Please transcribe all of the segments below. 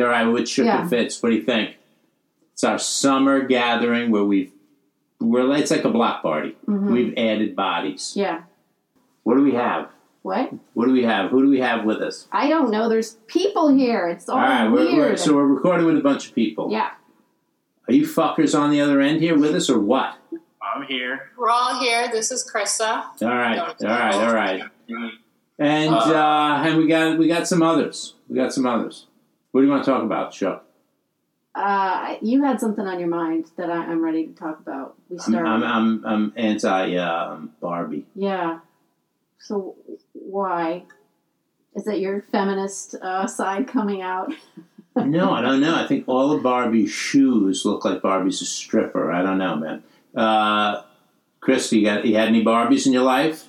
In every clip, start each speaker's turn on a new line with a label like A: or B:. A: All right, which ship
B: Yeah.
A: it fits? What do you think? It's our summer gathering where we've we're like- it's like a block party.
B: Mm-hmm.
A: We've added bodies.
B: Yeah.
A: What do we have?
B: What?
A: What do we have? Who do we have with us?
B: I don't know. There's people here. It's all,
A: All right,
B: Oh, weird.
A: we're, we're, so we're recording with a bunch of people.
B: yeah.
A: Are you fuckers on the other end here with us or what?
C: I'm here.
D: We're all here. This is Krista.
A: All right, all right, all right. And
C: Uh,
A: uh, and we got we got some others. We got some others. What do you want to talk about, Chuck?
B: Uh, you had something on your mind that I, I'm ready to talk about. We
A: I'm
B: started.
A: I'm, I'm, I'm anti um, Barbie.
B: yeah. So why? Is that your feminist uh, side coming out?
A: No, I don't know. I think all of Barbie's shoes look like Barbie's a stripper. I don't know, man. Uh, Chris, you got you had any Barbies in your life?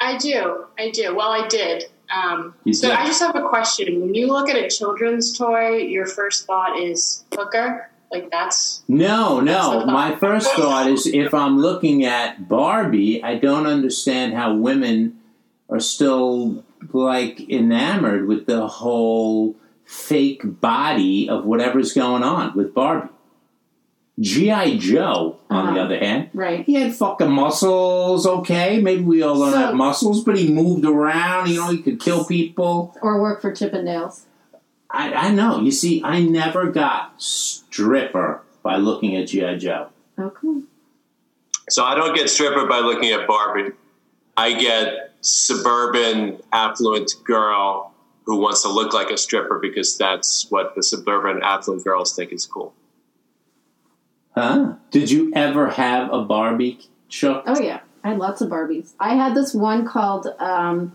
D: I do. I do. Well, I did. Um,
A: You
D: so
A: did.
D: I just have a question. When you look at a children's toy, your first thought is hooker. Like that's
A: No, no.
D: That's not-
A: My first thought is if I'm looking at Barbie, I don't understand how women are still like enamored with the whole fake body of whatever's going on with Barbie. G.I. Joe, on the
B: Uh-huh.
A: other hand,
B: Right.
A: He had fucking muscles, okay. Maybe we all don't
B: So-
A: have muscles, but he moved around. You know, he could kill people.
B: Or work for Chippendales.
A: I, I know. You see, I never got stripper by looking at GI Joe.
B: Okay.
C: So I don't get stripper by looking at Barbie. I get suburban affluent girl who wants to look like a stripper because that's what the suburban affluent girls think is cool.
A: Huh? Did you ever have a Barbie, Chuck?
B: Oh yeah, I had lots of Barbies. I had this one called um,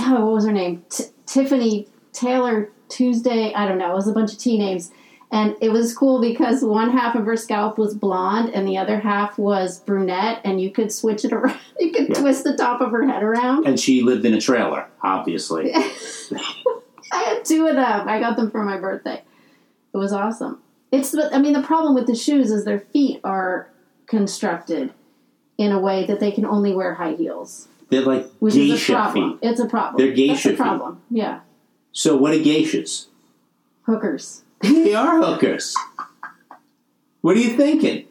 B: oh, what was her name? T- Tiffany Taylor Tuesday. I don't know. It was a bunch of T names, and it was cool because one half of her scalp was blonde and the other half was brunette, and you could switch it around. You could
A: Yeah.
B: twist the top of her head around.
A: And she lived in a trailer, obviously.
B: I had two of them. I got them for my birthday. It was awesome. It's but I mean the problem with the shoes is their feet are constructed in a way that they can only wear high heels.
A: They're like
B: which is a
A: geisha
B: problem.
A: feet.
B: It's a problem.
A: They're geisha
B: That's a
A: feet.
B: problem. Yeah,
A: So what are geishas?
B: hookers.
A: They are hookers. What are you thinking?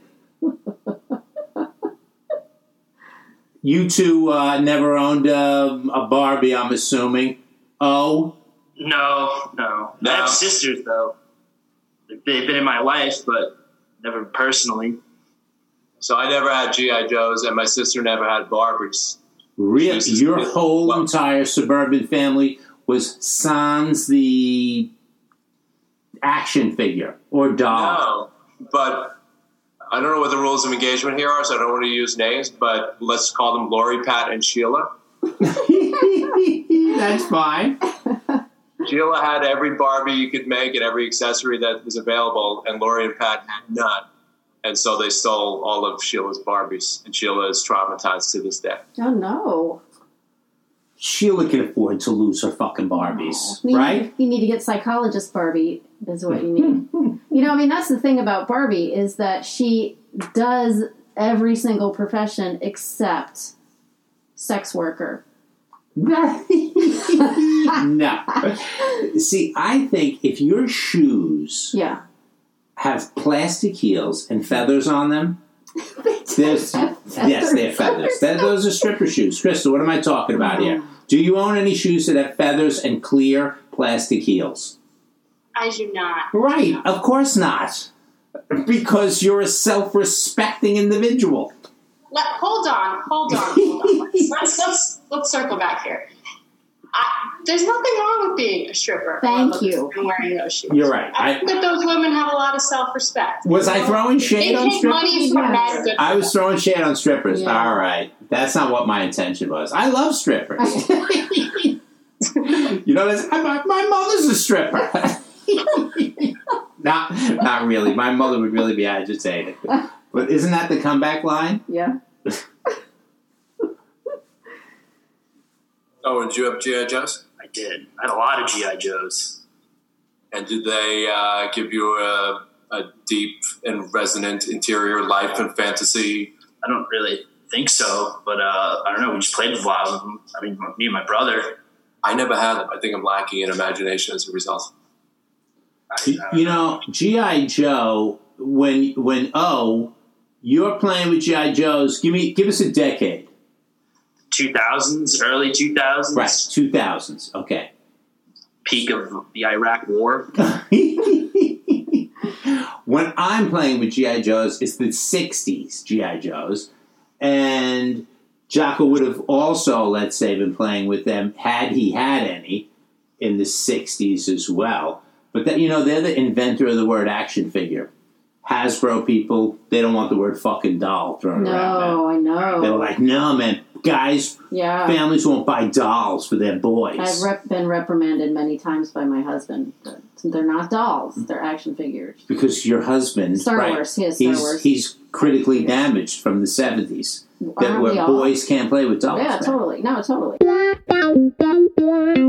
A: You two uh, never owned um, a Barbie, I'm assuming. Oh,
E: No, no,
C: No.
E: I have sisters though. They've been in my life, but never personally.
C: So I never had GI Joes, and my sister never had Barbies.
A: really?
C: Jesus.
A: Your whole
C: Wow.
A: entire suburban family was sans the action figure or doll.
C: No, Um, but I don't know what the rules of engagement here are, so I don't want to use names. But let's call them Lori, Pat, and Sheila.
A: That's fine.
C: Sheila had every Barbie you could make and every accessory that was available, and Lori and Pat had none. And so they stole all of Sheila's Barbies, and Sheila is traumatized to this day.
B: Oh no,
A: Sheila can afford to lose her fucking Barbies,
B: You need-
A: right?
B: You need to get psychologist Barbie. Is what you need. you know, I mean, that's the thing about Barbie is that she does every single profession except sex worker.
A: no. See, I think if your shoes
B: Yeah,
A: have plastic heels and feathers on them, there's, yes, they're feathers. That, those are stripper shoes. Crystal, what am I talking about here? Do you own any shoes that have feathers and clear plastic heels?
D: I do not.
A: Right, of course not. Because you're a self respecting individual.
D: Let, hold on. Hold on. Hold on. Let's, let's, let's let's circle back here. I, there's nothing wrong with being a stripper.
B: Thank
D: Well,
B: you.
D: And wearing those shoes.
A: You're right.
D: I,
A: I-
D: think that those women have a lot of self-respect.
A: Was I throwing
D: They
A: shade on
D: take
A: strippers?
D: money from
B: Yeah.
D: men. Good
A: I
D: for
A: was throwing shade on strippers.
B: Yeah.
A: All right. That's not what my intention was. I love strippers. you know, that's, I, my, my mother's a stripper. not, not really. My mother would really be agitated. But isn't that the comeback line?
B: yeah.
C: Oh, and did you have GI Joes?
E: I did. I had a lot of GI Joes.
C: And did they uh, give you a, a deep and resonant interior life and fantasy?
E: I don't really. think so, but uh, I don't know. We just played with a lot of them. I mean, me and my brother.
C: I never had them. I think I'm lacking in imagination as a result.
E: I, I uh, don't
A: You know, GI Joe. When when oh, you're playing with GI Joes. Give me give us a decade.
E: 2000s, early 2000s,
A: Right, two thousands. Okay.
E: peak of the Iraq War.
A: when I'm playing with GI Joes, it's the '60s GI Joes, and Jocko would have also, let's say, been playing with them had he had any in the '60s as well. But that you know, they're the inventor of the word action figure. Hasbro people, they don't want the word fucking doll thrown around.
B: No, I
A: Man. They were
B: know.
A: like, no, man, guys,
B: Yeah.
A: families won't buy dolls for their boys.
B: I've rep- been reprimanded many times by my husband. They're not dolls, they're action figures.
A: because your husband,
B: Star
A: right,
B: Wars, yes, Star
A: he's
B: Wars.
A: he's critically damaged from the seventies. That
B: Aren't we
A: where
B: all?
A: boys can't play with dolls.
B: Yeah,
A: now.
B: totally. No, totally.
F: Blah, blah, blah, blah.